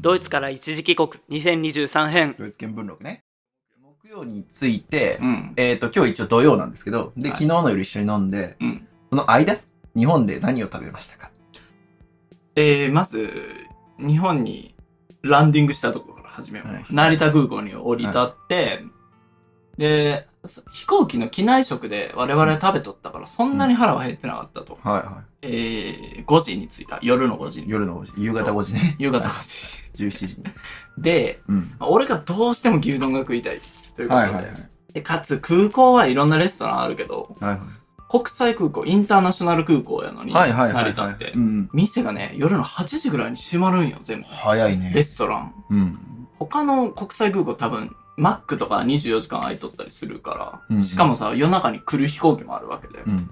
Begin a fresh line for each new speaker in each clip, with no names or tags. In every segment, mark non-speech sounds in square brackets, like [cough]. ドイツから一時帰国2023編。
ドイツ見聞録ね。木曜について、
うん。
えっ、と、今日一応土曜なんですけど、で、
はい
昨日の夜一緒に飲んで、
うん
その間、日本で何を食べましたか
えー、まず、日本にランディングしたところから始めよう。
はい
成田空港に降り立って、で、そ飛行機の機内食で我々食べとったから、そんなに腹は減ってなかったと。
はいは
えー、5時に着いた。夜の5時に。
夜の5時、夕方5時ね。
夕方5時。
17時に。
で、
うん。
まあ俺がどうしても牛丼が食いたい。ということで。
はいはいはい。
で、かつ空港はいろんなレストランあるけど、
はい
国際空港、インターナショナル空港やのに、
はい。はいはいは
成
い。
田って
う。ん。
店がね、夜の8時ぐらいに閉まるんよ、全部。
早い
レ
ね。
ストラン。
うん。
他の国際空港多分、マックとか24時間空いとったりするか
うんう
ら、
ん
しかもさ、夜中に来る飛行機もあるわけで。だ
うん。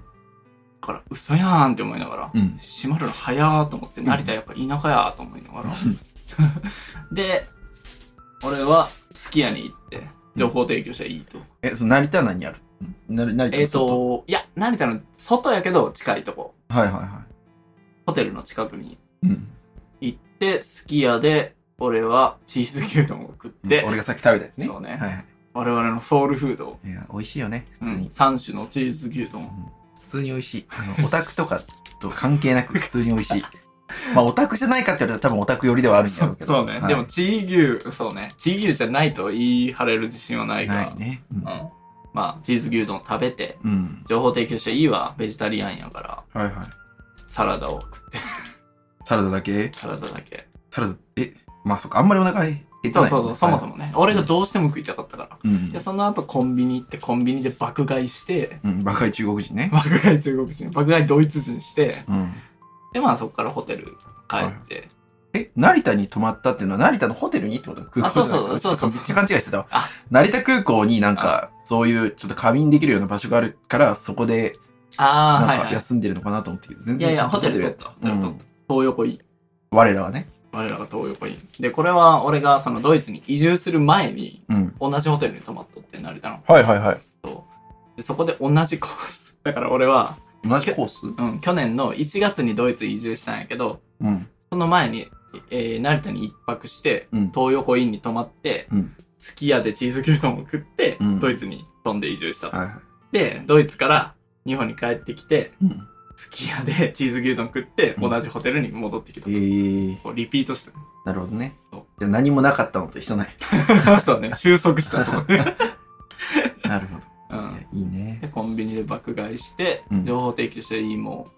から、嘘やーんって思いながら、
うん。
閉まるの早ーと思って、成田やっぱ田舎やーと思いながら。 [laughs] で、俺は、すき家に行って、情報提供したらいいと。
え、その成田は何やるな成田
え
の
っ、
外
と、いや、成田の外やけど近いとこ。
はいはいは
ホテルの近くに
い。うん。
行って、すき家で、俺はチーズ牛丼を食っ
う
て
ん、俺がさっき食べたやつね。
そうね
はいは
我々のソウルフード、
い。いや、美味しいよね、普
う
通に
ん、。3種のチーズ牛
うん
丼。
普通に美味しい。あのオタクとかと関係
[laughs]
なく普通に美味しい。まあ、オタクじゃないかって言われたら多分オタク寄りではあるんだろうけど。
そうね、
はい
でも、チー牛、そうね、チー牛じゃないと言い張れる自信はないが、
ないね。うん
うん。まあ、チーズ牛丼食べて、
うん。
情報提供していいわ、ベジタリアンやから、
はいはい。
サラダを食って、 [laughs]
サラダだけ
サラダだけ。
サラダ、え、まあそっか、あんまりお腹減って
そ
な
う
い
そうそう、そもそ
も。
もね、俺がどうしても食いたかったから。
うん
で、。その後コンビニ行って、コンビニで爆買いして、
うん、若い中国人ね。
爆買い中国人爆買いドイツ人して
うん。
でまあそこからホテル帰って、
え、成田に泊まったっていうのは成田のホテルにってこと空港
あそうそう
じゃなくて
そうそう
ちょっと勘違いしてたわ
あ。
成田空港になんか、そういうちょっと仮眠できるような場所があるから、そこで
ああは
ないん
は
か
い
休んでるのかなと思ったけど、全
いやい
ちゃ
や
んと
ホテル取ったホテル取った、
うん
東横イン
我らはね。
我らが東横インでこれは俺がそのドイツに移住する前に
うん。
同じホテルに泊まっとって成田の
はいはいはい。
でそこで同じコース [laughs] だから俺は、
同じコース
うん、去年の1月にドイツ移住したんやけど
うん。
その前に、えー成田に一泊して
うん。
東横インに泊まって、
うん
すき家でチーズ牛丼を食って、
うん
ドイツに飛んで移住した
はいはい。
でドイツから日本に帰ってきて
うん。
すき家でチーズ牛丼食って
うん
同じホテルに戻ってきた、
えー、
こうリピートした
なるほどね
そう。
じゃあ何もなかったのと一緒ない。
[laughs] そうね収束したそこで、 [laughs]
なるほど。
うん、
[laughs] いやいいね
で。コンビニで爆買いして、
うん
情報提供していいも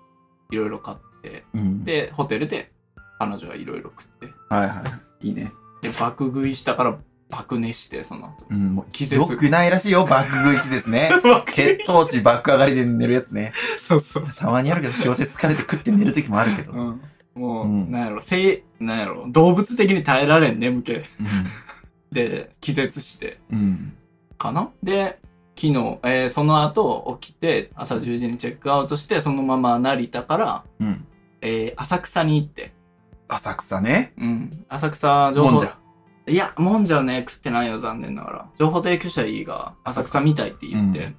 んいろいろ買って
うん。
でホテルで彼女はいろいろ食って
はいはい。いいね。
で爆食いしたから爆寝してその後
うん、もう
季節
よくないらしいよ、爆食い季節
[laughs]
ね。血糖値爆上がりで寝るやつね。
そうそう、
たまにあるけど、仕事で疲れて食って寝る時もあるけど。
う
うん
ん、もう、
うん
なんやろせいなんやろ動物的に耐えられん眠気で気絶して
うん。
かなで昨日、えーその後起きて朝10時にチェックアウトしてそのまま成田から、
うん。
えー浅草に行って、
浅草ね。
うん、浅草情報
もんじゃ。
いやもんじゃね食ってないよ残念ながら情報提供者いいが浅草みたいって言って、
うん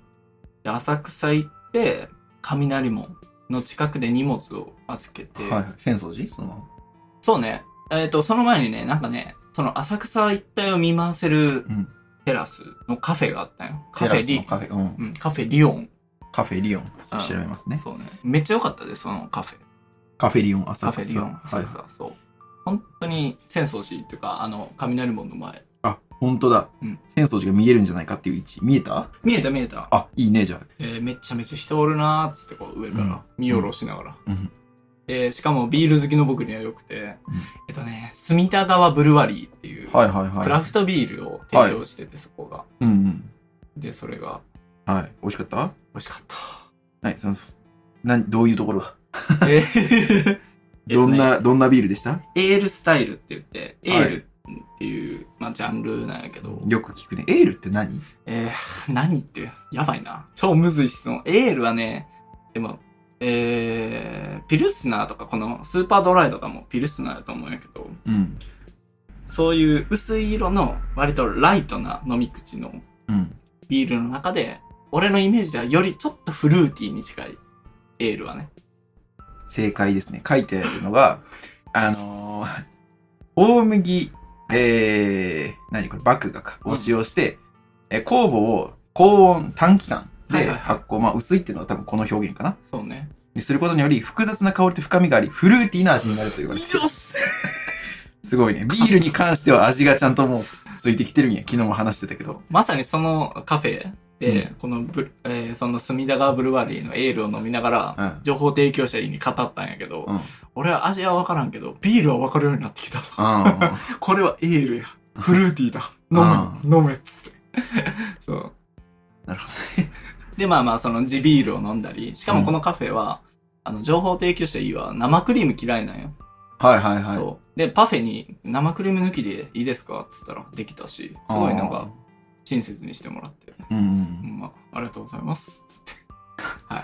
で浅草行って雷門の近くで荷物を預けて、
はいはい。浅草寺その。
そうねえっ、とその前にねなんかねその浅草一帯を見回せる
うん
テラスのカフェがあったんよカフェ
テラスの
リ
カフェ。うん。
うん、カフェリオン
カフェリオン。
うん
調べますね。
そうね。めっちゃ良かったです、そのカフェ。
カフェリオン、浅
カ
草。
フェリオン、浅
はい
草、そう。本当に浅草寺っていうか、あの、雷門の前。
あ、本当だ
うん。
浅草寺が見えるんじゃないかっていう位置。見えた
見えた見えた。
あ、いいね、じゃあ。
えーめちゃめちゃ人おるなーっつって、こう上か
うん
ら見下ろしながら。
うん。
で、しかもビール好きの僕には良くて、えっとね、隅田川ブルワリーっていう、
はいはいはい。
クラフトビールを提供してて、そこが。
うんうん。
で、それが
はい。美味しかった
美味しかった。
はい、その、何、どういうところが
えーえっ
ど
と
ん
ね
な、どんなビールでした
[laughs] エールスタイルって言って、エ
はい
ールっていう、まあ、ジャンルなんやけど、
よく聞くね。エールって何
えー、何って、やばいな。超むずい質問。エールはね、でも、えー、ピルスナーとか、このスーパードライとかもピルスナーだと思うんやけど、
うん。
そういう薄い色の、割とライトな飲み口の
うん。
ビールの中で、俺のイメージではよりちょっとフルーティーに近い。エールはね。
正解ですね。書いてあるのが、あのー大麦、えー、何これ、麦芽か。
うん
を使用して、えー酵母を高温短期間
はい
で
はいはい
発酵、まあ薄いっていうのは多分この表現かな。
そうね。
にすることにより、複雑な香りと深みがあり、フルーティーな味になると言われている。
し
すごいね。ビールに関しては味がちゃんともうついてきてるんや。昨日も話してたけど。
まさにそのカフェで、
う
このブル、えーその隅田川ブルワリーのエールを飲みながら、
うん。
情報提供者に語ったんやけど、
うん。
俺は味は分からんけど、ビールは分かるようになってきたと。
あ
これはエールや。フルーティーだ。飲め、飲めっつ [laughs] って。そう。
ーなるほど。
で、まあまあ、その地ビールを飲んだり、しかもこのカフェは、あの、情報提供者いいわ、生クリーム嫌いなんよ。
はいはいはい。
そう。で、パフェに生クリーム抜きでいいですかっつったらできたし、すごいなんか、親切にしてもらって、
うんうん
うん、まあ、ありがとうございます。つ [laughs] って。は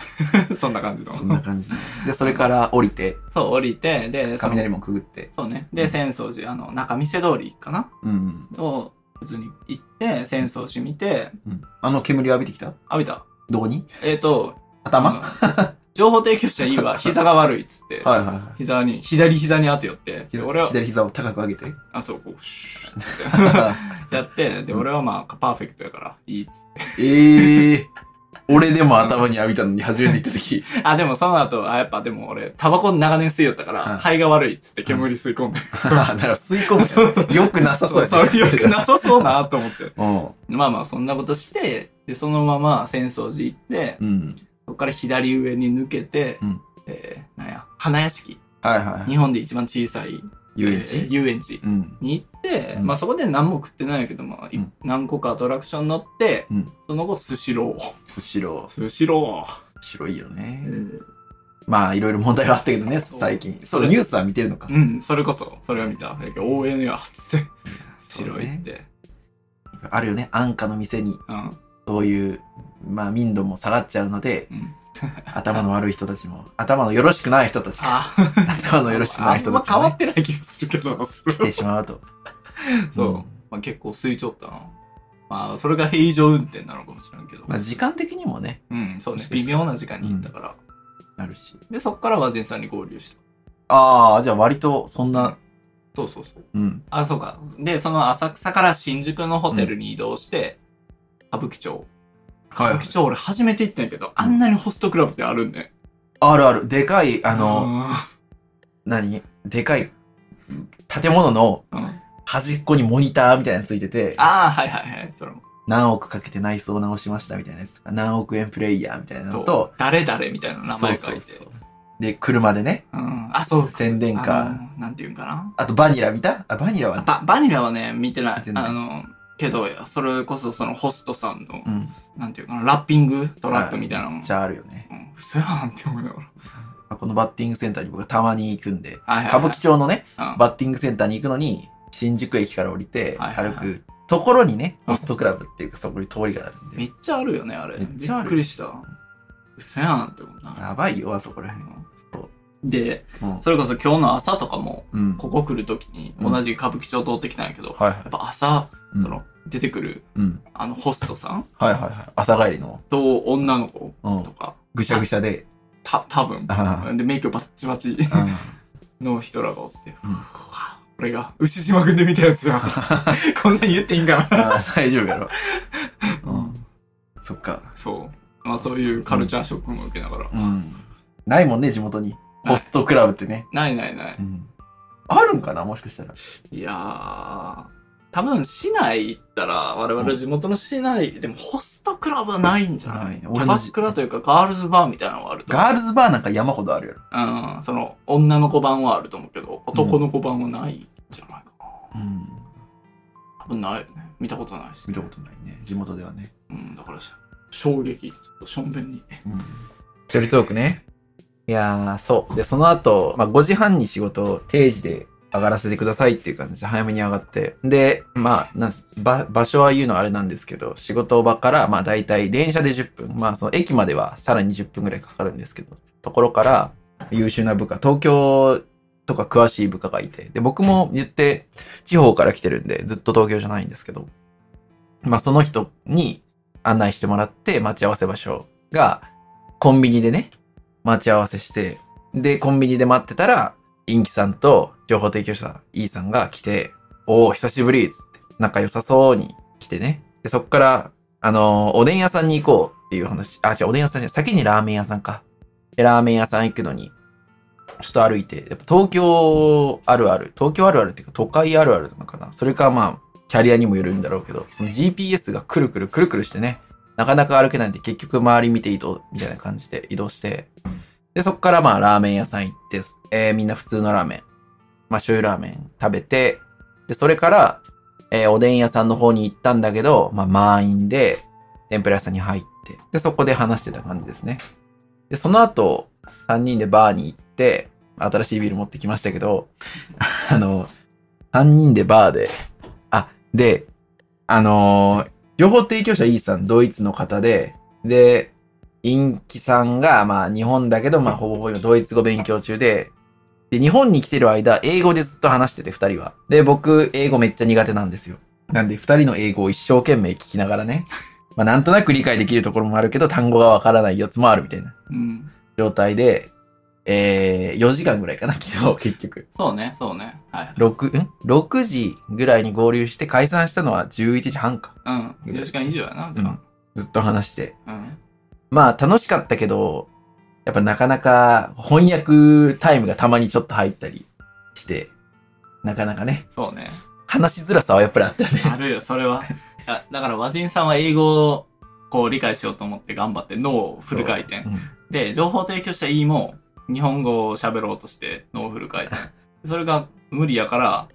い。 [laughs] そんな感じ
う
の。
ん。そんな感じ。で、それから降りて、
そう、降りて、で、その
雷もくぐって。
そうね。で、浅草寺、あの、中見世通りかな
うんうん。
を、普通に行って、浅草寺見て、
うん。あの煙浴びてきた
あ、見
[laughs]
た。
どこに
えっ、と、
頭
あの情報提供者いいわ、膝が悪いっつって。
はいはいは
膝に、左膝に当てよって、
い。
で俺は、
左膝を高く上げて。 [laughs]
あ、そう、こう、シューって [laughs] やって、で、
うん
俺はまあ、パーフェクトやから、いいっつっ
ええ。俺でも頭に浴びたのに初めて行った
[laughs]
時。 [laughs]
て。あ、でもその後、あ、やっぱでも俺、タバコ長年吸いよったから、
うん
肺が悪いっつって煙吸い込んで。
ああ、なるほど。吸い込む。よくなさそう
そう、
や
それよく
さ
なさそうなと思って。
そ
まあまあ、そんなことして、で、そのまま浅草寺行って
う。、うん。
そこから左上に抜けて、
うん
えーなんや、花屋敷。
はいはい。
日本で一番小さい
遊
え
園
ー
地
遊園地
うん。
に行って、
うん
まあそこで何も食ってないけど、まあ、い
うん
何個かアトラクション乗って、
うん
その後スシロー。
スシロー。
スシロ
スシローいいよ
ー。
ね。
う
まあ、いろいろ問題はあったけどね、
そう
最近。そう、ニュースは見てるのか。
ん、それこそ、それは見た。だけど応援や、つって。スシロ
そう
ー行っ
ね
て。
あるよね、安価の店に、
うん。
そういう、まあ、民度も下がっちゃうの [laughs] で、
うん。
頭の悪い人たちも、頭のよろしくない人たちが、
ああ、
頭のよろしくない人
あんま
たち
変
も
わ
ね、
ってない気がするけどな、それ
来てしまう [laughs] と。
そう。
うん
まあ結構吸いちょったな。まあ、それが平常運転なのかもしれんけど。
まあ、時間的にもね、
うん、そうね。微妙な時間に行ったから。
なるし。
で、そっから和人さんに合流した。
ああ、じゃあ割と、そんな、
そうそうそう。
うん。
あ、そうか。で、その浅草から新宿のホテルに移動して、歌舞伎町。歌舞伎町俺初めて行ったんやけど、あんなにホストクラブってあるんね。
あるある。でかい、あ
あ
の、何でかい、建物の
うん、あ
端っこにモニターみたいなのついてて、
あー、はいはいはい。それも。
何億かけて内装直しましたみたいなやつとか、何億円プレイヤーみたいなのと、
誰々みたいな名前書いて。
そうそうそうで、車でね、
うん。あ、そうか。
宣伝
あ
か。
のなんていうんかな。
あとバニラ見たあ、バニラはね。
ババニラはね、見てない。
見てない
あの、けど、それこそそのホストさんの、
うん。
なんていうかな、ラッピングトラックみたいなの。
じゃああるよね。
うん、嘘やんって思いながら。
まあこのバッティングセンターに僕はたまに行くんで、
はいはいはい
[laughs] 歌舞伎町のね、
うん
バッティングセンターに行くのに、新宿駅から降りて、
はいはいはい
歩くところにね、ホストクラブっていうか、そこに通りがあるん
め
で。
っちゃあるよね、あれ。
めっちゃある
びっくりした。嘘やんって思った。
やばいよ、あそこらへん。そ
で、
うん
それこそ今日の朝とかも、
うん。
ここ来るときに
うん
同じ歌舞伎町通ってきたんやけど、や
はいはい
っ。ぱ朝、
うん
その、出てくる、
うん。
あの、ホストさん
はいはいはい。朝帰りの、
と女の子
うん
と。か、
ぐしゃぐしゃで。
た、多分
あ
で、メイクバッチバチ
[laughs] うん
の人らがおって、
うん
うわこれが、牛島君で見たや
[laughs]
つや。こんなん言っていいんかな。
あー大丈夫やろ。うん。そっか。
そう。まあ、そういうカルチャーショックも受けながら。
うん。ないもんね、地元に。ホストクラブってね。
ないないない。
うん。あるんかなもしかしたら。
いやー、多分市内行ったら、我々地元の市内、でもホストクラブはないんじゃない
ない
キ
俺
ャ
の
バ
じ
クラというかガールズバーみたいなのはあると思
ガールズバーなんか山ほどあるやろ。
う。うん、その女の子版はあると思うけど、男の子版はないんじゃないかな。
うん。
多分ないよね。見たことないし。
見たことないね。地元ではね。
うん、だからし衝撃、ちょっとしょんべんに。
うん。距離トークね。いやー、そう。で、その後、まあ、5時半に仕事、定時で上がらせてくださいっていう感じで、早めに上がって。で、まあ、なんすば場所は言うのはあれなんですけど、仕事場から、まあ、大体電車で10分、まあ、その駅まではさらに10分ぐらいかかるんですけど、ところから、優秀な部下、東京とか詳しい部下がいて、で、僕も言って、地方から来てるんで、ずっと東京じゃないんですけど、まあ、その人に案内してもらって、待ち合わせ場所が、コンビニでね、待ち合わせして、で、コンビニで待ってたら、インキさんと情報提供者 E さんが来て、おー、久しぶりっつって、仲良さそうに来てね。で、そっから、あのーおでん屋さんに行こうっていう話。あ、違う、おでん屋さんじゃない。先にラーメン屋さんか。で、ラーメン屋さん行くのに、ちょっと歩いて、やっぱ東京あるある、東京あるあるっていうか都会あるあるなのかな。それかまあ、キャリアにもよるんだろうけど、その GPS がくるくるくるくるしてね、なかなか歩けないんで結局周り見て移動、みたいな感じで移動して、で、そっからまあラーメン屋さん行って、えーみんな普通のラーメン、まあ醤油ラーメン食べて、で、それから、えーおでん屋さんの方に行ったんだけど、まあ満員で、天ぷら屋さんに入って、で、そこで話してた感じですね。で、その後、3人でバーに行って、新しいビール持ってきましたけど、 [laughs] あの、3人でバーで、あ、で、あのー情報提供者 E さん、ドイツの方で、で、インキさんが、まあ、日本だけど、まあ、ほぼほぼ今ドイツ語勉強中で、で、日本に来てる間、英語でずっと話してて、二人は。で、僕、英語めっちゃ苦手なんですよ。なんで、二人の英語を一生懸命聞きながらね、まあ、なんとなく理解できるところもあるけど、単語がわからないやつもあるみたいな。
うん。
状態で、えー、4時間ぐらいかな、昨日、結局。
そうね、そうね。はい。
6、ん ?6 時ぐらいに合流して解散したのは11時半か。
うん。4時間以上やな、じ
うん
ゃ。
ずっと話して。
あ。うん。
まあ、楽しかったけど、やっぱなかなか翻訳タイムがたまにちょっと入ったりして、なかなかね、
そうね。
話しづらさはやっぱりあった [laughs] よね。
あるよ、それは。いやだから、和人さんは英語をこう理解しようと思って頑張って脳をフル回転
う。ん
で、情報提供者 E も日本語を喋ろうとして脳をフル回
[laughs]
転。それが無理やから、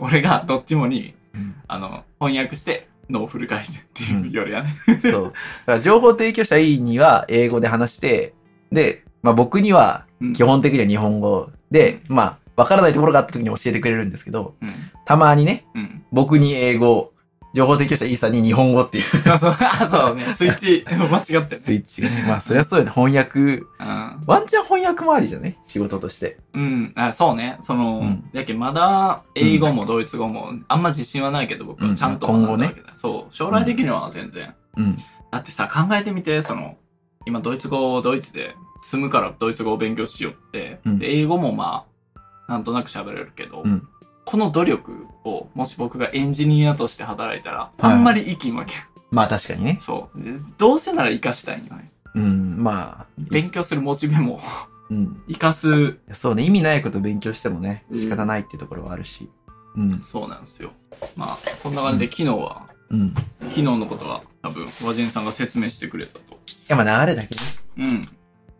俺がどっちもに
うん
あの翻訳して脳をフル回転っていうよりはね。
そう。だから情報提供者 E には英語で話して、で、まあ僕には
うん
基本的には日本語で、まあ、わからないところがあった時に教えてくれるんですけど、
うん。
たまにね、
うん。
僕に英語、情報提供者 E さんに日本語っていう
そうそう、あそうね、スイッチ間違って
[laughs] スイ
ね。
ッチがね。まあ、そりゃそうよね。翻訳、
うん。
ワンチャン翻訳もありじゃね仕事として。
うん、あそうね、その、
うん
やけんまだ英語もドイツ語もあんま自信はないけど、僕
う
は
ん
ちゃんと
今
学
後
んだ
ね
わけだ、そう、将来的には全然。
うん。
だってさ、考えてみて、その、今ドイツ語をドイツで住むからドイツ語を勉強しようって、
うん
で、英語もまあ、なんとなく喋れるけど、
うん
この努力を、もし僕がエンジニアとして働いたら、
はい
あんまり生きんわけ。
まあ、確かにね。
そう。でどうせなら生かしたいんよね。
うん。まあ、
勉強するモチベも、
うん。
生かす、
そうね。意味ないこと勉強してもね、
うん
仕方ないっていうところはあるし。うん。
そうなんですよ。まあ、そんな感じで昨日は、
うん。い
昨日のことは多分和人さんが説明してくれたと
や、まあ、流れだけね。
うん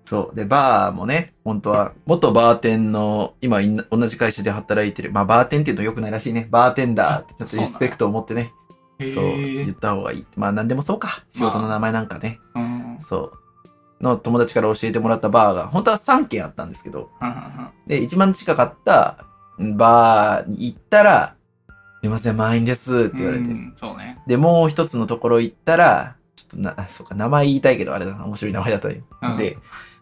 そう。で、バーもね、本当は、元バーテンの、今いん、同じ会社で働いてる、まあ、バーテンっていうと良くないらしいね。バーテンダーって、ちょっとリスペクトを持ってね、そう、言った方がいい。まあ、なんでもそうか。仕事の名前なんかね。
うん
そう。の友達から教えてもらったバーが、本当は3軒あったんですけど、
はんはんはん
で、一番近かったバーに行ったら、すいません、満員ですって言われて。
うんそうね
で、もう一つのところ行ったら、ちょっとな、あそうか、名前言いたいけど、あれだな、面白い名前だったね。
うん
で、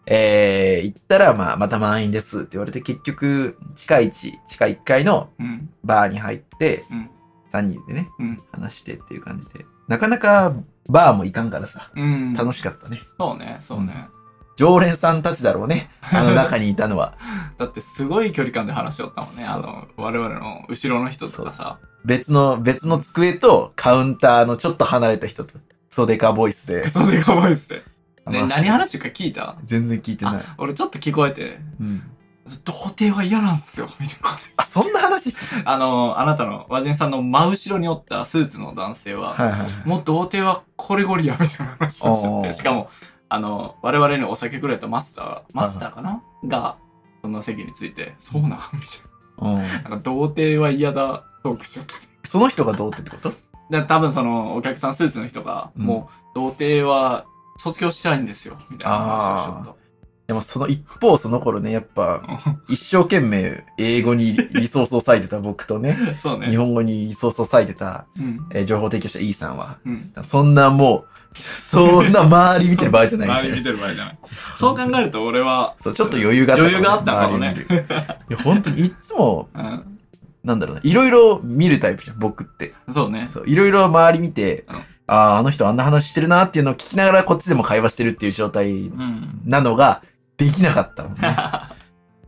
えー、行ったら、まあ、また満員ですって言われて、結局、地下一、地下1階の
うん
バーに入って、
うん
3人でね、
うん
話してっていう感じで。なかなか、バーも行かんからさ、
うん
楽しかったね。
そうねそうね
常連さんたちだろうね。あの中にいたのは。
だってすごい距離感で話しよったもんね
そう
あの我々の後ろの人とかさ
別の、別の机とカウンターのちょっと離れた人と、袖かボイスで。
そうでかわいっすね
ま
ね
あ
何話してるか聞いた
全然聞いてない。
俺ちょっと聞こえて
うん。
童貞は嫌なんすよ [laughs] みたいなこと
あ、そんな話してた
あのあなたの和人さんの真後ろにおったスーツの男性は
はいはいはい。
もう童貞はこれゴリやみたいな話をしちゃっ
おー
て、しかも、あの、我々にお酒くれたマスター、マスターかなが、その席について、そうなんみたい
うん、
な。なんか、童貞は嫌だ、トークしちゃった。
その人がどうってってこと
で、多分その、お客さんスーツの人が、
うん
もう、童貞は卒業したいんですよ、みたいな話をしちゃっ
でもその一方その頃ねやっぱ
た。
一生懸命英語にリソースを割いてた僕とね
そう [laughs] ね。
日本語にリソースを割いてた、
うん。
えー情報提供者 E さんは
うん。
そんなもうそんな周り見てる場合じゃない
周
み
り
たい
見てる
な
場合じゃない。そう考えると俺は、
そうちょっと余裕があった
余裕があったかもね
周り見るいや本当にいつも
うん。
なんだろうないろいろ見るタイプじゃん僕って
そうね。
そういろいろ周り見て、
うん
あああの人あんな話してるなっていうのを聞きながらこっちでも会話してるっていう状態
うん。 [laughs]
なのができなかったもんね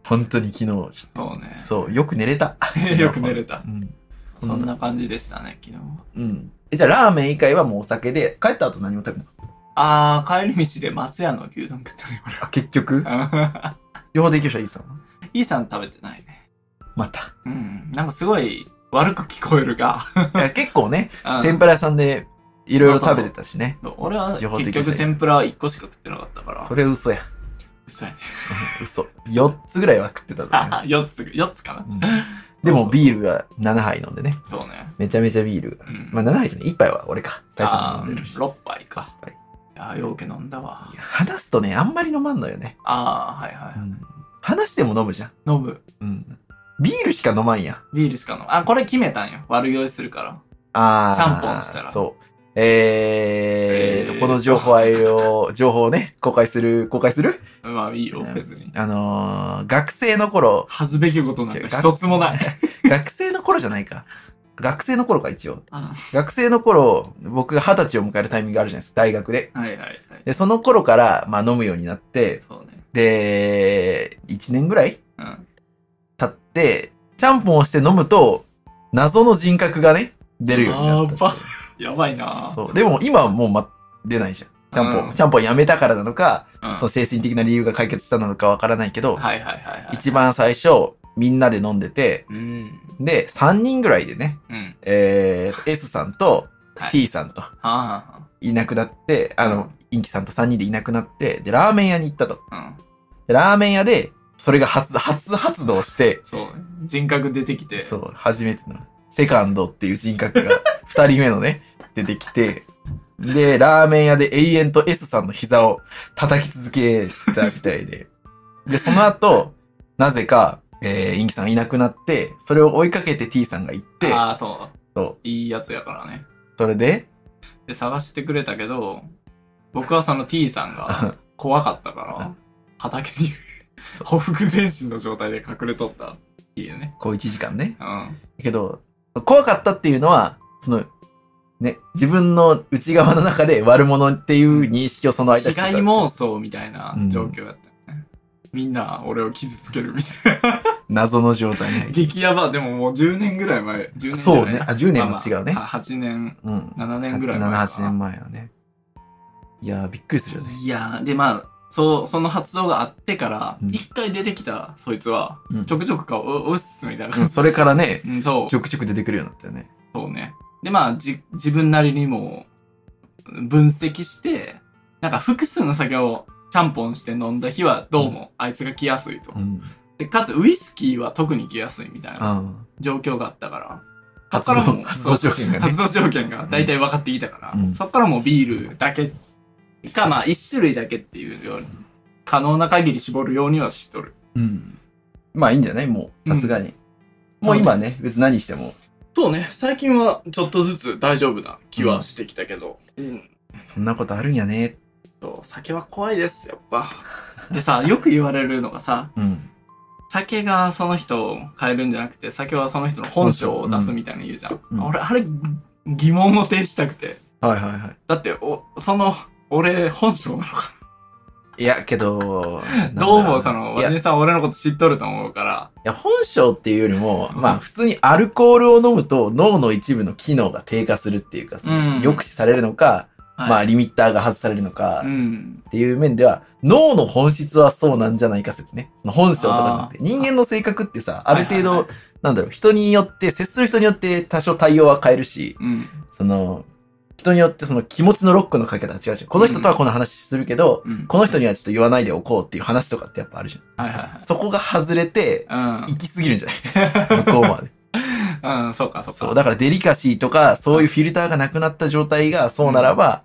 本当に昨日、ちょっ
そう
と
ね。
そう、よく寝れた。
よく寝れた。
うん。
そんな感じでしたね、昨日は。
うん。えじゃあ、ラーメン以外はもうお酒で、帰った後何も食べなかっ
あー、帰り道で松屋の牛丼食ったね、
た。あ、結局 [laughs]
俺。
両方でき者いいさん。
イーさん食べてないね。
ま
[laughs]
た。
うん。なんかすごい悪く聞こえるが。
いや結構ね、
うん
天ぷら屋さんでいろいろ食べてたしね。
そう俺は
情報的
結
に
局天ぷら1個しか食ってなかったから。
それ嘘や。
嘘やね。
嘘。4つぐらいは食ってたぞ、
[laughs]
ね。
4つ、4つかな。
うんでもビールは7杯飲んでね。
そうね。
めちゃめちゃビールが。
うん。
まあ7杯じゃない、1杯は俺か。最初
あ
に飲んでるし。
ー6杯か。
はい
いやー、ようけ飲んだわ
い。や話すとね、あんまり飲まんのよね。
あー、はいは
話しても飲むじゃん。
い。飲む。
うん。ビールしか飲まんやん。
ビールしか飲む。あ、これ決めたんよ。悪酔いするから。
ああ。
ちゃんぽんしたら
そう。えー、
えー
と、この情報
[laughs]
を、情報をね、公開する、公開する
まあいいよ
う、ん
別に。
あのー、学生の頃、
恥ずべきことなんか一つもない。
[laughs] 学生の頃じゃないか。学生の頃か、一応。
うん
学生の頃、僕が二十歳を迎えるタイミングがあるじゃないですか、大学で。
はいはいはい。
で、その頃から、まあ飲むようになって、
そうね。
で、1年ぐらい
うん。
経って、ちゃんぽんをして飲むと、謎の人格がね、出るようになった。
やば。やばいなぁ。
そう。でも今はもう、ま、出ないじゃん。ちゃんぽ
うん
ん。ちゃんぽんやめたからなのか、
うん
その精神的な理由が解決したなのかわからないけど、
はいはいはいはい。
一。番最初、みんなで飲んでて、
うん。
で、3人ぐらいでね、
うん。
えー、S さんと
はい
T さんと
はあはい
なくなって、あの、インキさんと3人でいなくなって、で、ラーメン屋に行ったと。
あはあ。うん。
でラーメン屋で、それが初、初発動して、
そうね。人格出てきて。
そう、初めての、セカンドっていう人
[laughs]
格が、2人目のね、出てきて、で、ラーメン屋で永遠と S さんの膝を叩き続けたみたいで。で、その後、なぜか、えー、インキさんいなくなって、それを追いかけて T さんが行って、
ああ、そう。
そう
いいやつやからね。
それで、
で、探してくれたけど、僕はその T さんが
[laughs]
怖かったから、畑に、ほふく前進の状態で隠れとったっていうね。
こう1時間ね。
うん。
けど、怖かったっていうのは、その、ね、自分の内側の中で悪者っていう認識をその間
被
してた
害妄想みたいな状況やったよね。みんな俺を傷つけるみたいな。
謎の状態ね。
激ヤバ。でももう10年ぐらい前。10年じゃない
そうね。あ、10年
ま
も
あ
違うね
まあ。あ8年、
うん。
7年ぐらい前かな。
7、8年前はね。いやー、びっくりするよね。
いやー、で、まあ、そう、その発動があってから
う、ん
一、回出てきた、そいつは、
うん
ちょくちょく顔、お、おっす、みたいな
う
感
ん、
じ。
それからね、
[laughs] うん、そう
ち、ょくちょく出てくるようになったよね。
そうね。で、まあ、じ、自分なりにも、分析して、なんか複数の酒をちゃんぽんして飲んだ日は、どうも、あいつが来やすいと。
うん。
で、かつ、ウイスキーは特に来やすいみたいな
あ
状況があったから、そっ
発
からも
動、
う、
発
そう
動条件がね
発。動条件が大体分かってきたから、
うん
そっからもうビールだけかまあ1種類だけっていうように可能な限り絞るようにはしとる
うん。まあいいんじゃないもう、さすがに。もう今ね、別に何しても、
そうね最近はちょっとずつ大丈夫な気はしてきたけどうん
そんなことあるんやね。
と酒は怖いですやっぱでさ [laughs] よく言われるのがさ
うん。
酒がその人を変えるんじゃなくて酒はその人の本性を出すみたいな言うじゃん、
うん
俺あれ疑問を呈したくて
はいはいは
だっておその俺本性なのか
い。いや、けど、なんだろ
どう
な
もその
いや
和人さん俺のこと知っとると思うから
いや、本性っていうよりも、
うん
まあ普通にアルコールを飲むと脳の一部の機能が低下するっていうか、その
うん
抑止されるのか、
はい
まあリミッターが外されるのか
う、ん。
っていう面では、脳の本質はそうなんじゃないか説ね。その本性とかじゃなくて、人間の性格ってさ、ある程
はいはい
度
は、
なんだろう、人によって、接する人によって多少対応は変えるし、
うん。
その、人によってその気持ちのロックのかけ方は違うじゃん。この人とはこの話するけど、
うん。
この人にはちょっと言わないでおこうっていう話とかってやっぱあるじゃん。
はいは
そこが外れて、
いは
行き過ぎるんじゃ
[laughs]
ない向こうまで。
い。うん。うん、そうかそうか。
そう、だからデリカシーとか、そういうフィルターがなくなった状態がそうならば、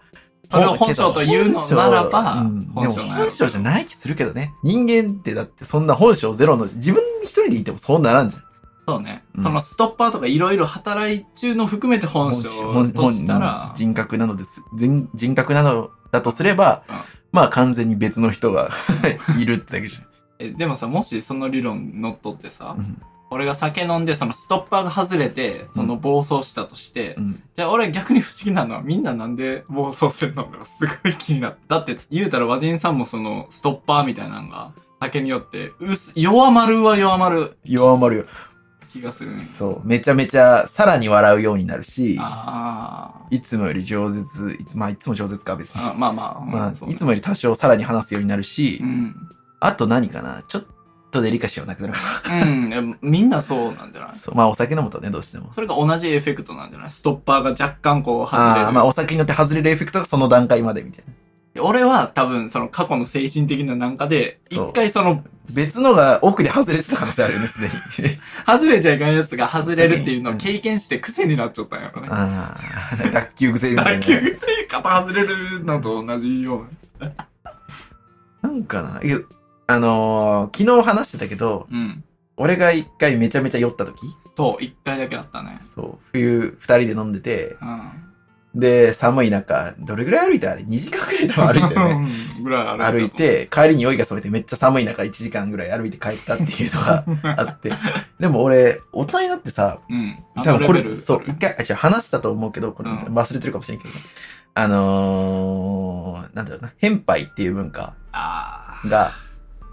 それを本性と言うのならば
うん
本
でも
性なんやろ
本性じゃない気するけどね。人間ってだってそんな本性ゼロの、自分一人でいてもそうならんじゃん。
そうね
う。ん
そのストッパーとかいろいろ働い中の含めて本性としたら
本、人格なのです。人人格なのだとすれば、
うん
まあ完全に別の人が [laughs] いるってだけじ
えでもさ、もしその理論乗っとって
ゃ
さ
ん。う、ん
俺が酒飲んでそのストッパーが外れて、その暴走したとして
う、ん。
じゃあ俺逆に不思議なのはみんななんで暴走するのかすごい気になった。だって言うたら和人さんもそのストッパーみたいなのが酒によって、うす、弱まるは弱まる
弱まるよ。
気がするね。
そう。めちゃめちゃ、さらに笑うようになるし、
あ
いつもより上舌、いつ、まあ、いつも上舌か、別
ー
に。
あ、まあまあ、うん
ま
そ
あ、
うね
いつもより多少さらに話すようになるし、
うん。
あと何かなちょっとデリカシーはなくなるか
うんえ、みんなそうなんじゃない
な。そうまあ、お酒飲むとね、どうしても。
それが同じエフェクトなんじゃないストッパーが若干こう外れ
ああ
る。
ー、まあ、お酒によって外れるエフェクトがその段階までみたいな。
俺は多分その過去の精神的ななんかで、
そう
一回その
別のが奥で外れてた可能性あるよね、すで
[laughs]
に。
外れちゃいかんやつが外れるっていうのを経験して癖になっちゃったんやろね。
ああ、脱臼癖みたい
打
な。
球癖肩外れるのと同じような。
なんかな。いやあのー昨日話してたけど、
うん。
俺が一回めちゃめちゃ酔った時、
そう、一回だけあったね。
そう、冬二人で飲んでて、
うん。
で、寒い中、どれぐらい歩いたあれ ?2 時間くらい多分歩いたよね。
[laughs] うんぐらい歩いたと思う
歩い。て、帰りに酔いが覚めてめっちゃ寒い中1時間ぐらい歩いて帰ったっていうの
[laughs]
があって。でも俺、大人になってさ、
うん。
多分こ
あのレベ
れ、
ル
そう、一回、あ、違う、話したと思うけど、これ、
うん
忘れてるかもしれんけどね、あのー、なんだろうな、変配っていう文化
あ
が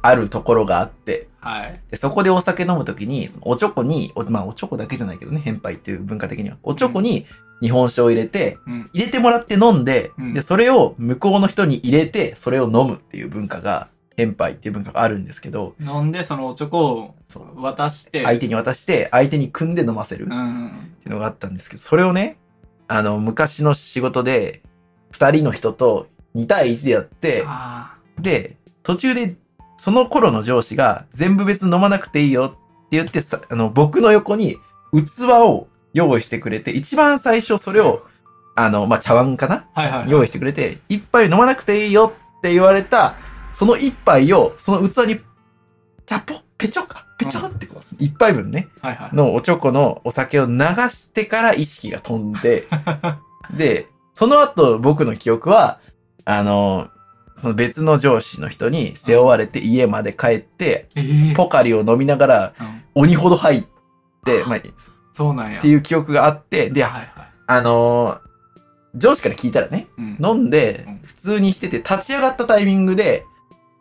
あるところがあって、
あ。はい。
でそこでお酒飲むときに、そのおちょこに、おまあ、おちょこだけじゃないけどね、変配っていう文化的には、おちょこに日本酒を入れて、
うん。
入れてもらって飲んで、
うん
で、それを向こうの人に入れて、それを飲むっていう文化が、変配っていう文化があるんですけど、
飲んで、そのおチョコ
そ
を
う
渡して。
相手に渡して、相手に組んで飲ませる。
うん。
っていうのがあったんですけど、それをね、あの、昔の仕事で、二人の人と2対1でやって、
あ
で、途中で、その頃の上司が、全部別に飲まなくていいよって言ってさ、あの、僕の横に器を用意してくれて、一番最初それを、あの、まあ、茶碗かな
あ。はいはいはい。
[laughs] 用意してくれて、一杯飲まなくていいよって言われた、その一杯を、その器に、チャポペチョかペチョってこう、一杯分ね、
はいはい。
のおちょこのお酒を流してから意識が飛んで、
[laughs]
で、その後僕の記憶は、あの、その別の上司の人に背負われて家まで帰って、
[laughs] ええ
ポカリを飲みながら
うん
鬼ほど
[laughs]
入って、まあ、っ
そうなんや。
ていう記憶があって、で、
はいはい。
あの、上司から聞いたらね、
うん
飲んで
うん、
普通にしてて、立ち上がったタイミングで、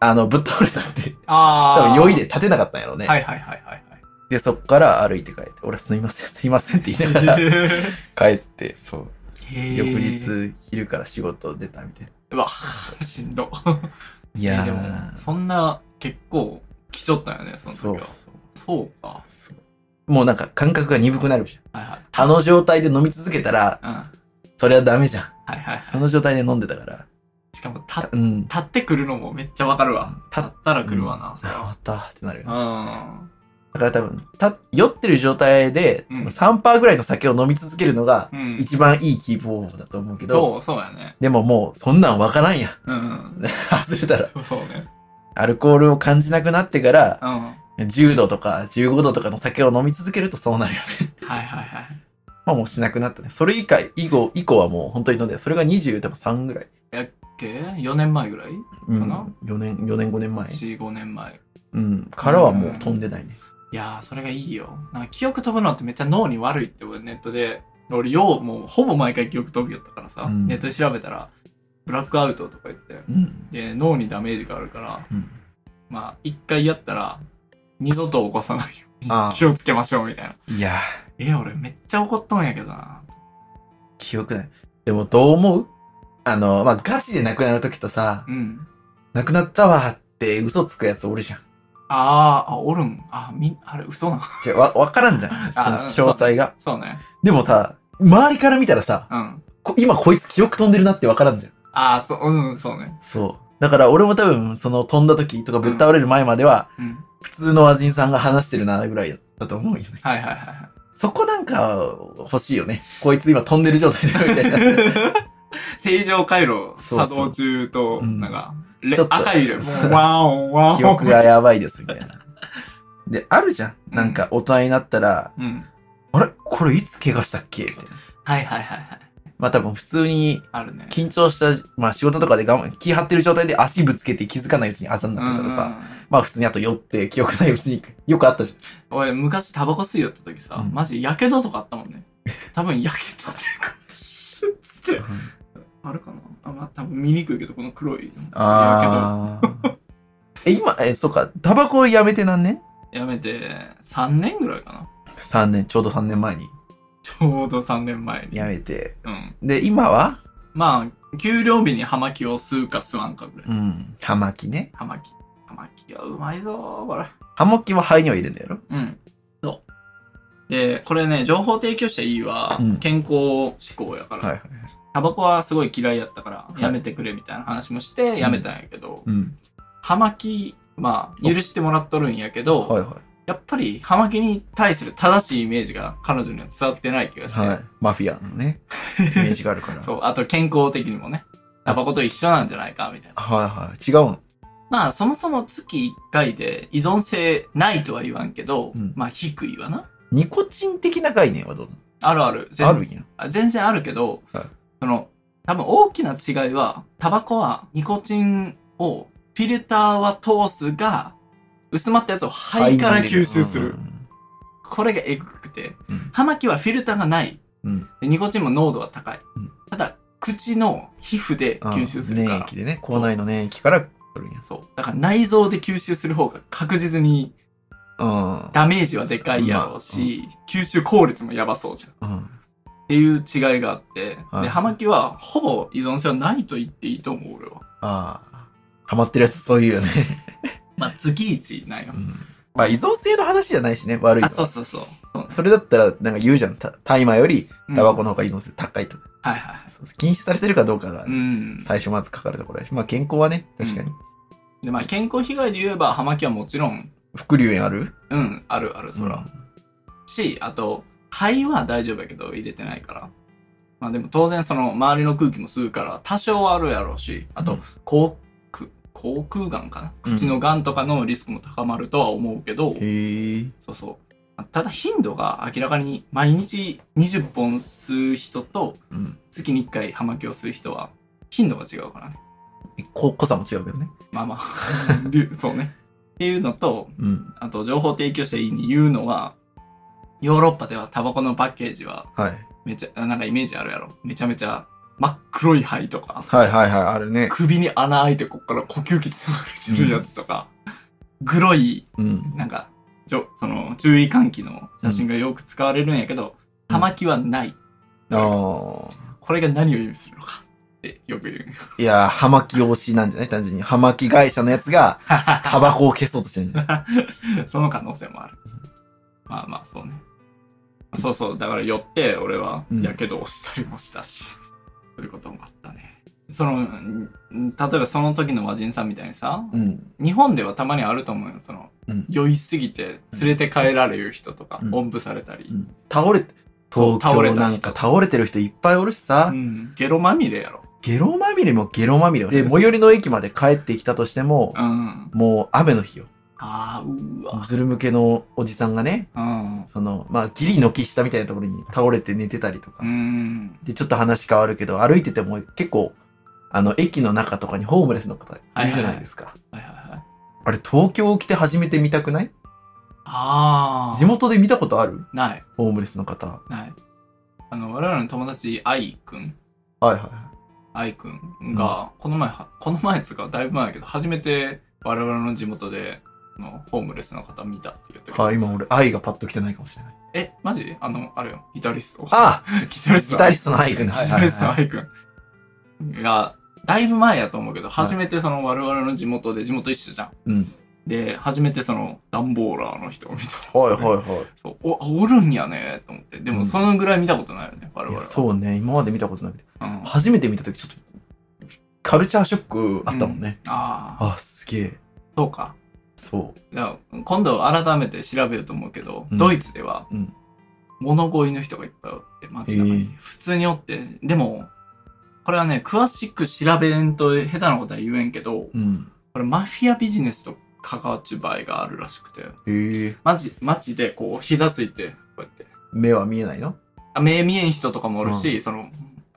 あの、ぶっ倒れたって、多
ああ。
分酔いで。立てなかったんやろうね。
はいはいはいはいはい。
で、そっから歩いて帰って、俺すいません、すいませんって言いながら、
[laughs]
帰って、そう。 [laughs] 翌
翌
日、昼から仕事出たみたいな。
うわしんど
い
い
や
でも
ー、
そんな結構来ちょったよねその時
そう
は
そう
そうか
そう。もうなんか感覚が鈍くなるじゃん。
はいはい
あの状態で飲み続けたら、
うんは
それはダメじゃん。
いはいはい
その状態で飲んでたから。
しかも立っ
うん。
立ってくるのもめっちゃわかるわ
立っ
立ったら来るわな
うん
それ
あ終わ
は
ったってなるよね。
う
だから多分、た酔ってる状態で、
うん
3%ぐらいの酒を飲み続けるのが、
んうん
一番いいキープ方法だと思うけど、
そうそうやね
でももう、そんなんわから
[laughs]
んやん。
うん
外れたら。
そうそうね
アルコールを感じなくなってから
う、んはい
10度とか15度とかの酒を飲み続けるとそうなるよね。 [laughs]
はいはい
まあもうしなくなったね。それ以下、以後、以降はもう本当に飲んで、それが20多分3ぐらい。
け4年前ぐらい
うん。
かな
?4 年、4年5年前。
45年前
うん。からはもう飛んでないね。
いやーそれがいいよなんか記憶飛ぶのってめっちゃ脳に悪いって俺ネットで俺ようもうほぼ毎回記憶飛びよったからさ、
うん
ネットで調べたらブラックアウトとか言って
うん。
で脳にダメージがあるから
うん。
まあ一回やったら二度と起こさないよ
あ
うに気をつけましょうみたいない
や
え俺めっちゃ怒っとんやけどな
ー、記憶ない。でもどう思うあの、まあガチで亡くなる時とさ、
うん
亡くなったわーって嘘つくやつおるじゃん。
あーあおるんあみあれ嘘な [laughs]
じゃわ、わからんじゃん。その
あ
詳細が。
そうね
でもさ、周りから見たらさ、
うん
こ今こいつ記憶飛んでるなってわからんじゃん。
ああそううんそうね
そう。だから俺も多分、その飛んだ時とかぶっ倒れる前までは、
うん
普通の和人さんが話してるなぐらいだったと思うよね。
はいはいはいはい
そこなんか欲しいよね。こいつ今飛んでる状態だよみたいな。
[laughs] 正常回路
そうそう
作動中と、
うん
なんか、レ
ちょっと
赤いレ、もう、ワオン、ワオン。
[laughs] 記憶がやばいですみたいな。で、あるじゃん。なんか大人になったら、
うん。
あれこれいつ怪我したっけみたいな。
はいはいはいはい。
まあ多分普通に
あるね。
緊張した、まあ仕事とかで我慢、気張ってる状態で足ぶつけて気づかないうちにあざになってた
う
とか、
んうんうん
まあ普通にあと酔って記憶ないうちによくあったじ
俺、昔タバコ吸いよった時さ、
うん
マジ、やけどとかあったもんね。多分、やけどっていうか、 [laughs] シュッつって
ゃん。。
あるかなあ、まあ、多分見にくいけど、この黒いの。や
ああ。 [laughs] え、今、え、そうか、タバコをやめて何年
やめて3年ぐらいかな
?3 年、ちょうど3年前に
ちょうど3年前に
やめて。
うん
で、今は
まあ給料日に葉巻を吸うか吸わんかぐらい
うん、葉巻ね。
葉巻葉巻がうまいぞーこれ
葉巻は肺にはいるんだよ。
うん。そう。で、これね、情報提供者 E は
うん
健康志向やから、
はいはい。
タバコはすごい嫌いやったか
い
ら、やめてくれみたいな話もして、やめたんやけど、
うん。
葉巻、まあ、許してもらっとるんやけど、
はいは
やっぱり葉巻に対する正しいイメージが彼女には伝わってない気がして、
い。はい。マフィアの
[laughs]
ね、イメージがあるから。
そう、あと健康的にもね、タバコと一緒なんじゃないか、みたいな。
はいはい。違うの。
まあ、そもそも月1回で依存性ないとは言わんけど、
うん
まあ、低いわな。
ニコチン的な概念はどう
あるある。
なのあるんや。
あ全然あるけど、
はい
その多分大きな違いはタバコはニコチンをフィルターは通すが薄まったやつを肺から吸収する、これがえぐくて、
うん
葉巻はフィルターがない
うん。
でニコチンも濃度は高い、
うん
ただ口の皮膚で
うん。
吸収するか
あ
ら
ー粘液でね、口内の粘液から取るんや。
そうだから内臓で吸収する方が確実に
うん。
ダメージはでかいやろうし、吸収効率もやばそうじゃん
うん。
っていう違いがあって、
はい
で、葉巻はほぼ依存性はないと言っていいと思う、俺は。
ああ。ハマってるやつそういうよね。
まあ、月一なんよ
う。んまあ依存性の話じゃないしね、悪いの
あ、
は
そうそうそう。そう
それだったら、なんか言うじゃん。た大麻より
うん
タバコの方が依存性高いと。
はいはいは
そう禁止されてるかどうかが
い。うん。
最初まずかかるところだし。まあ健康はね、確かに。
で、まあ、健康被害で言えば、葉巻はもちろん、
副流炎ある
うん、あるある、そら。し、あと、肺は大丈夫やけど、入れてないから。まあ、でも当然、その、周りの空気も吸うから、多少はあるやろうし、あ
う
と
ん、
口腔、口腔がんかな
うん
口のがんとかのリスクも高まるとは思うけど、
うんへえ。
そうそう。ただ頻度が明らかに毎日20本吸う人と
うん。
月に1回葉巻を吸う人は頻度が違うからね。
こ濃さも違うけどね。
まあまあ、りゅ [laughs] そうね。っていうのと、
うん。
あと情報提供者に言うのは、ヨーロッパではタバコのパッケージは
はい。
めちゃ、なんかイメージあるやろ。めちゃめちゃ真っ黒い肺とか、
はいはいはい、あるね。
首に穴開いてこっから呼吸器つまれてるやつとか、グロい
うん。
なんか、じょその注意喚起の写真がよく使われるんやけど、葉巻はない。
ああ。
これが何を意味するのかってよく言う。 [laughs]
いやー、葉巻推しなんじゃない単純に。葉巻会社のやつが、タバコを消そうとしてるんじゃない
その可能性もある。まあまあ、そうね。そうそう、だから寄って、俺は
うん
やけどをしたりもしたし、そういうこともあったね。その、ん例えばその時の和人さんみたいにさ、
うん。
日本ではたまにあると思うよ。その、
うん
酔いすぎて連れて帰られる人とか
う、ん
おんぶされたり、
うん倒れ、
そう
東
倒れた
京
人
なんか倒れてる人いっぱいおるしさ
う、んゲロまみれやろ。
ゲロまみれもゲロまみれで、最寄りの駅まで帰ってきたとしても
う、ん。
もう雨の日よ。
ああ、うわ。
ズル向けのおじさんがね、
うん。
その、まあ、ギリ軒下みたいなところに倒れて寝てたりとか
う。ん。
で、ちょっと話変わるけど、歩いてても結構、あの、駅の中とかにホームレスの方いるじゃないですか。
はいはいはい。
あれ、東京来て初めて見たくない
あ
地元で見たことある
ない、
ホームレスの方。
ない。あの、我々の友達、愛くん、
はいは
愛くんが、この前は、この前っつうか、だいぶ前やけど、初めて我々の地元で、あのホームレスの方見たって言ったけ
い。
ど、
はい、今俺、愛がパッと来てないかも
[laughs]
しれない。
え、マジあの、あれよ、ギタリスト。
あ
[laughs] ギタリスト。
ギタリストの愛くん
ギ
はい
タリストの
はい
愛くんが、だいぶ前やと思うけど、初めてその我々の地元で、地元一緒じゃん。
うん。
で、初めてその、ダンボーラーの人を見たんですね。
はいはいは
そうおおるんやねと思ってで
う
も
ん
そのぐらい見たことないよね我
いい
々
や。
は
そうね、今まで見たことなくて。
うん、あ
初めて見たとき、ちょっと、カルチャーショックあったもんね。
あ
あ、すげえ。
そうか
そう。
いや今度改めて調べようと思うけど、
うん
ドイツでは
うん
物乞いの人がいっぱいおって街中
へ
に
え
普通におってでもこれはね詳しく調べんと下手なことは言えんけど
うん。
これマフィアビジネスと関わっちゅう場合があるらしくて
へえ。
マジ街でこう膝ついてこうやって
目は見えないの
あ目見えん人とかもおるし、その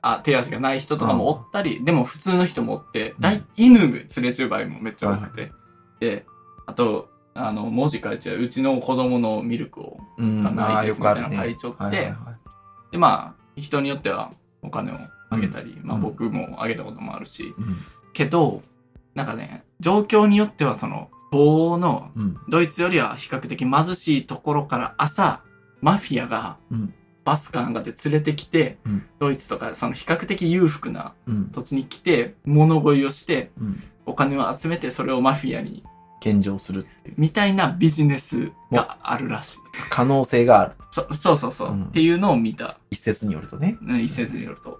あ手足がない人とかもおったり、でも普通の人もおって、だい犬連れちゅう場合もめっちゃ多くて、であとあの文字書いちゃううちの子供のミルクを
うん
まあ
ー
よくあるね体調って
はいはいはい
でまあ人によってはお金をあげたり、まあ、
うん
僕もあげたこともあるし、
うん
けどなんかね状況によってはその棒の
うん。
ドイツよりは比較的貧しいところから朝マフィアが
うん
バスかなんかで連れてきて、
うん
ドイツとかその比較的裕福な
うん。
土地に来て物乞いをして
うん。
お金を集めてそれをマフィアに
献上する
みたいなビジネスがあるらしい
可能性がある。
そそうそうそう、
うん
っていうのを見た、
一説によるとね。
ね、一説によると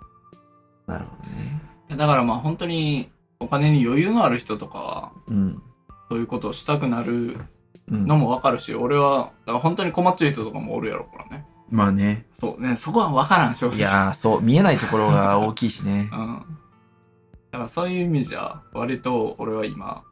なるほどね。
だからまあ本当にお金に余裕のある人とかは
うん。
そういうことをしたくなる
うん
のもわかるし、俺はだから本当に困っちゃう人とかもおるやろからね
まあね。
そうねそこはわからん正直
いやー、そう、見えないところが大きいしね [laughs]
う。んだからそういう意味じゃ割と俺は今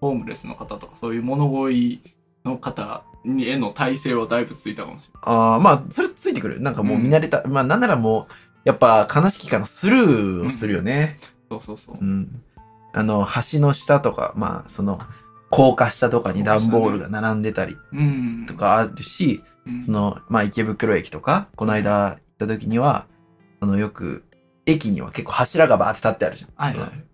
ホームレスの方とかそういう物乞いの方にへの体制はだいぶついたかもしれ
ああ、まあ、それついてくる。なんかもう見慣れた。まあ、なんならもう、やっぱ悲しきかな、スルーをするよね。
ないそうそうそう、
うん。あの、橋の下とか、まあ、その、高架下とかに段ボールが並んでたり
うん、
とかあるし、
うん
その、まあ、池袋駅とか、この間行った時には、あの、よく、駅には結構柱がバーって立ってあるじゃん。
はいはい
その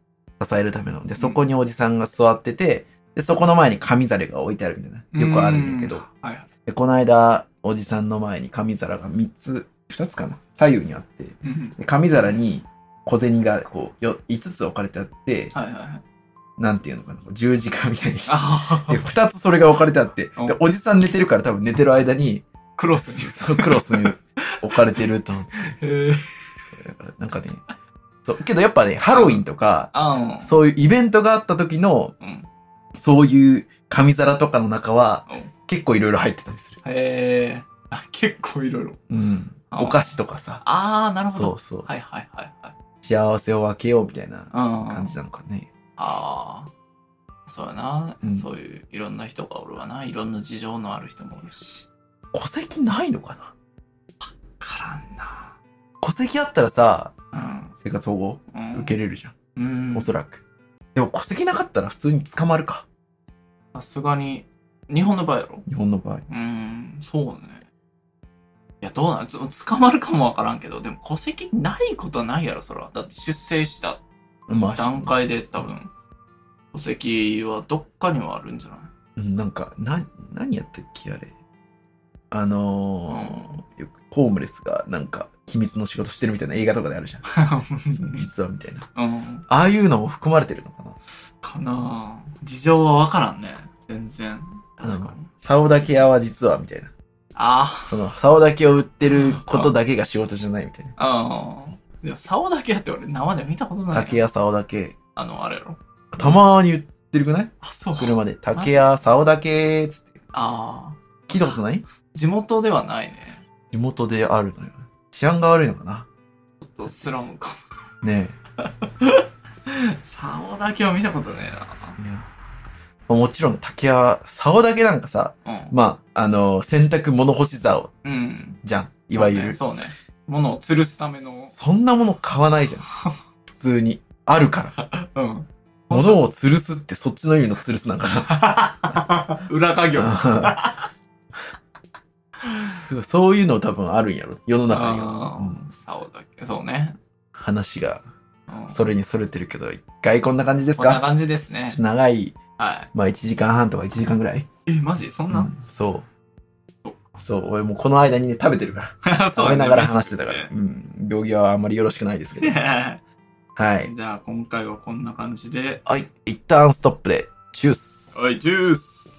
支えるための。で、そこにおじさんが座ってて、で、そこの前に紙皿が置いてあるみたいな。よくあるんだけ
う
ど。
はいはい
で、この間、おじさんの前に紙皿が3つ、2つかな左右にあって、
うん
で紙皿に小銭がこう、よ5つ置かれてあって、
はいはいはい
なんていうのかな、こう十字架みたいに。
あは
で、
は
二つそれが置かれてあって、で
うん、
おじさん寝てるから多分寝てる間に、
クロスに
そうクロスに置かれてると思って。
へえ
そうだからなんかね、そう、けどやっぱね、ハロウィンとか、
あん
そういうイベントがあった時の、
うん
そういう紙皿とかの中は
うん、
結構いろいろ入ってたりする。
へえあ結構いろいろ
うん。
あ
お菓子とかさ。
ああなるほど
そうそう。
はいはいはいはい
幸せを分けようみたいな
うん
感じなのかね。
ああそうやな、
うん
そういういろんな人がおるわないろんな事情のある人もおるし
戸籍ないのかな
からんな
戸籍あったらさ、
うん
生活保護
うん
受けれるじゃん。
うん
おそらく。でも戸籍なかったら普通に捕まるか。
さすがに日本の場合やろ
日本の場合。
うんそうねいやどうなんつ捕まるかもわからんけどでも戸籍ないことはないやろそれはだって出生した
まあ、
段階で多分戸籍はどっかにはあるんじゃない
うんなんか、な、何やったっけあれ。あのーよくホームレスがなんか秘密の仕事してるみたいな映画とかであるじゃん。 [laughs] 実はみたいな。
うん、
ああいうのも含まれてるのかな
かなぁ事情は分からんね全然確かに
サオダケ屋は実はみたいな。
あ
その、サオダケを売ってることだけが仕事じゃないみたいな。
あうんいや竿だけやって俺生で見たことない
竹屋、サオダケ。
あのあれやろ
たまーに売ってるくない
あそう
車で。竹屋、サオダケーっつって。
ああ
聞いたことない
地元ではないね
地元であるのよ。治安が悪いのかな
ちょっとスラ [laughs] ムか
ね
竿だけは見たことね
え。いやまあもちろん竹は、竿だけなんかさ、
えな
まあ、あの洗濯物干し竿
うん、うん、
じゃん。いわゆる。
そうねそうね物を吊るすための
そんなもの買わな
[laughs]
いじゃん。普通に。あるから。
うん [laughs]
物を吊るすってそっちの意味の吊るすなんかな。
裏稼業
うん [laughs] すごい、そういうの多分あるんやろ。世の中には。うん
竿だけそうね、
話が、
うん、
それにそれてるけど、一回こんな感じです
こんな
か
感じですね
ちょっと長い、
は
まあ1時間半とか1時間ぐらい
いえマジそんな、
うんそう。そう、俺もうこの間にね、食べてるから。
[laughs] そう
食べながら話してたから。
ね
うん。病気はあんまりよろしくないですけど。は
[laughs]
い。
じゃあ今回はこんな感じで。
はい。一旦ストップで、チュース。
はい、ジュース